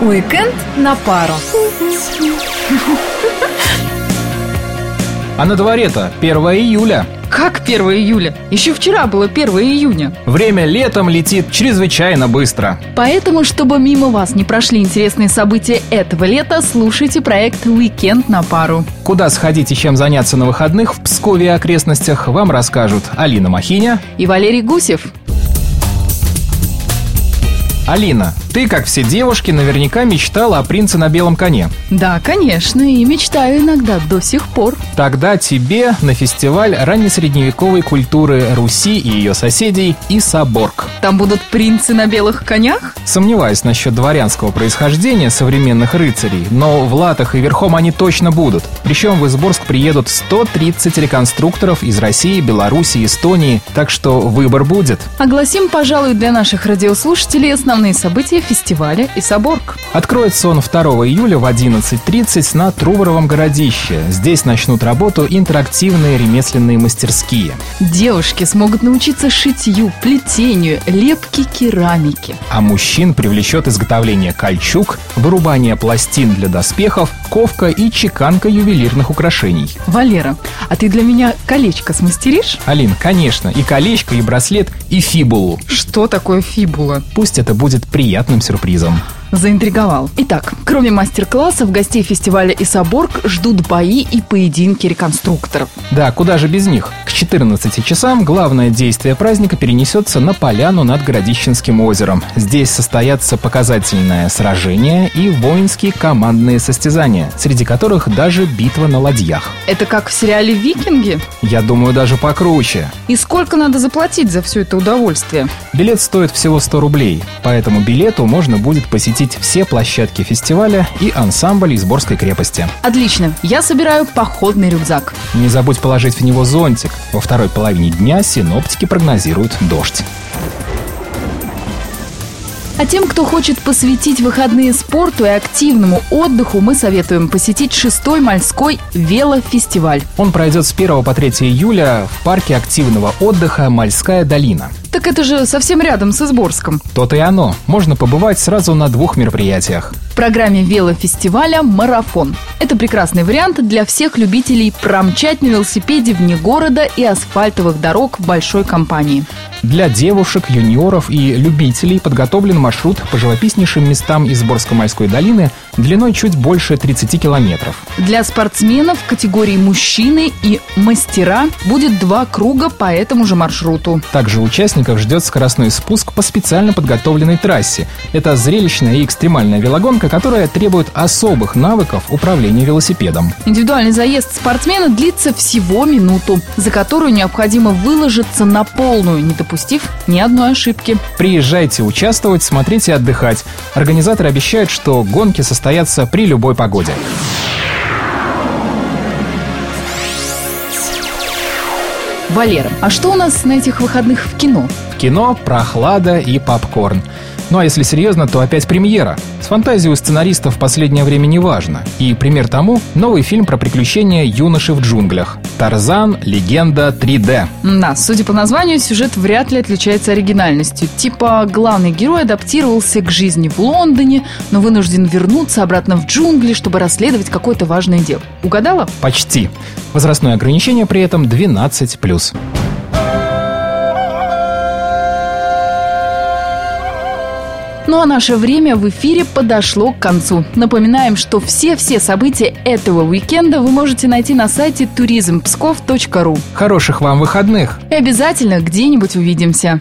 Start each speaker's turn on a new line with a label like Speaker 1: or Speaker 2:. Speaker 1: Уикенд на пару.
Speaker 2: А на дворе-то 1 июля.
Speaker 3: Как 1 июля? Еще вчера было 1 июня.
Speaker 2: Время летом летит чрезвычайно быстро.
Speaker 3: Поэтому, чтобы мимо вас не прошли интересные события этого лета, слушайте проект «Уикенд на пару».
Speaker 2: Куда сходить и чем заняться на выходных в Пскове и окрестностях вам расскажут Алина Махиня.
Speaker 3: И Валерий Гусев.
Speaker 2: Алина, ты, как все девушки, наверняка мечтала о принце на белом коне.
Speaker 3: Да, конечно, и мечтаю иногда до сих пор.
Speaker 2: Тогда тебе на фестиваль раннесредневековой культуры Руси и ее соседей Исаборг.
Speaker 3: Там будут принцы на белых конях?
Speaker 2: Сомневаюсь насчет дворянского происхождения современных рыцарей, но в латах и верхом они точно будут. Причем в Изборск приедут 130 реконструкторов из России, Беларуси, Эстонии, так что выбор будет.
Speaker 3: Огласим, пожалуй, для наших радиослушателей основные события фестиваля Исаборг.
Speaker 2: Откроется он 2 июля в 11.30 на Труворовом городище. Здесь начнут работу интерактивные ремесленные мастерские.
Speaker 3: Девушки смогут научиться шитью, плетению, лепке керамики.
Speaker 2: А мужчин привлечет изготовление кольчуг, вырубание пластин для доспехов, ковка и чеканка ювелирных украшений.
Speaker 3: Валера, а ты для меня колечко смастеришь?
Speaker 2: Алин, конечно, и колечко, и браслет, и фибулу.
Speaker 3: Что такое фибула?
Speaker 2: Пусть это будет приятным сюрпризом.
Speaker 3: Заинтриговал. Итак, кроме мастер-классов, гостей фестиваля «Исаборг» ждут бои и поединки реконструкторов.
Speaker 2: Да, куда же без них? К 14 часам главное действие праздника перенесется на поляну над Городищенским озером. Здесь состоятся показательное сражение и воинские командные состязания, среди которых даже битва на ладьях.
Speaker 3: Это как в сериале «Викинги»?
Speaker 2: Я думаю, даже покруче.
Speaker 3: И сколько надо заплатить за все это удовольствие?
Speaker 2: Билет стоит всего 100 рублей, поэтому билету можно будет посетить посетить все площадки фестиваля и ансамбль Изборской крепости.
Speaker 3: Отлично, я собираю походный рюкзак.
Speaker 2: Не забудь положить в него зонтик. Во второй половине дня синоптики прогнозируют дождь.
Speaker 3: А тем, кто хочет посвятить выходные спорту и активному отдыху, мы советуем посетить шестой Мальской велофестиваль.
Speaker 2: Он пройдет с 1 по 3 июля в парке активного отдыха «Мальская долина».
Speaker 3: Так это же совсем рядом с Изборском.
Speaker 2: То-то и оно. Можно побывать сразу на двух мероприятиях.
Speaker 3: В программе велофестиваля «Марафон». Это прекрасный вариант для всех любителей промчать на велосипеде вне города и асфальтовых дорог в большой компании.
Speaker 2: Для девушек, юниоров и любителей подготовлен маршрут по живописнейшим местам Изборско-Мальской долины длиной чуть больше 30 километров.
Speaker 3: Для спортсменов категории мужчины и мастера будет два круга по этому же маршруту.
Speaker 2: Также участников ждет скоростной спуск по специально подготовленной трассе. Это зрелищная и экстремальная велогонка, которая требует особых навыков управления велосипедом.
Speaker 3: Индивидуальный заезд спортсмена длится всего минуту, за которую необходимо выложиться на полную, не допустив ни одной ошибки.
Speaker 2: Приезжайте участвовать, смотрите и отдыхать. Организаторы обещают, что гонки состоятся при любой погоде.
Speaker 3: Валера, а что у нас на этих выходных в кино?
Speaker 2: В кино прохлада и попкорн. Ну а если серьезно, то опять премьера. С фантазией у сценаристов в последнее время не важно. И пример тому — новый фильм про приключения юноши в джунглях. «Тарзан. Легенда 3D».
Speaker 3: Да, судя по названию, сюжет вряд ли отличается оригинальностью. Типа главный герой адаптировался к жизни в Лондоне, но вынужден вернуться обратно в джунгли, чтобы расследовать какое-то важное дело. Угадала?
Speaker 2: Почти. Возрастное ограничение при этом 12+.
Speaker 3: Ну а наше время в эфире подошло к концу. Напоминаем, что все-все события этого уикенда вы можете найти на сайте туризмпсков.ру.
Speaker 2: Хороших вам выходных!
Speaker 3: И обязательно где-нибудь увидимся.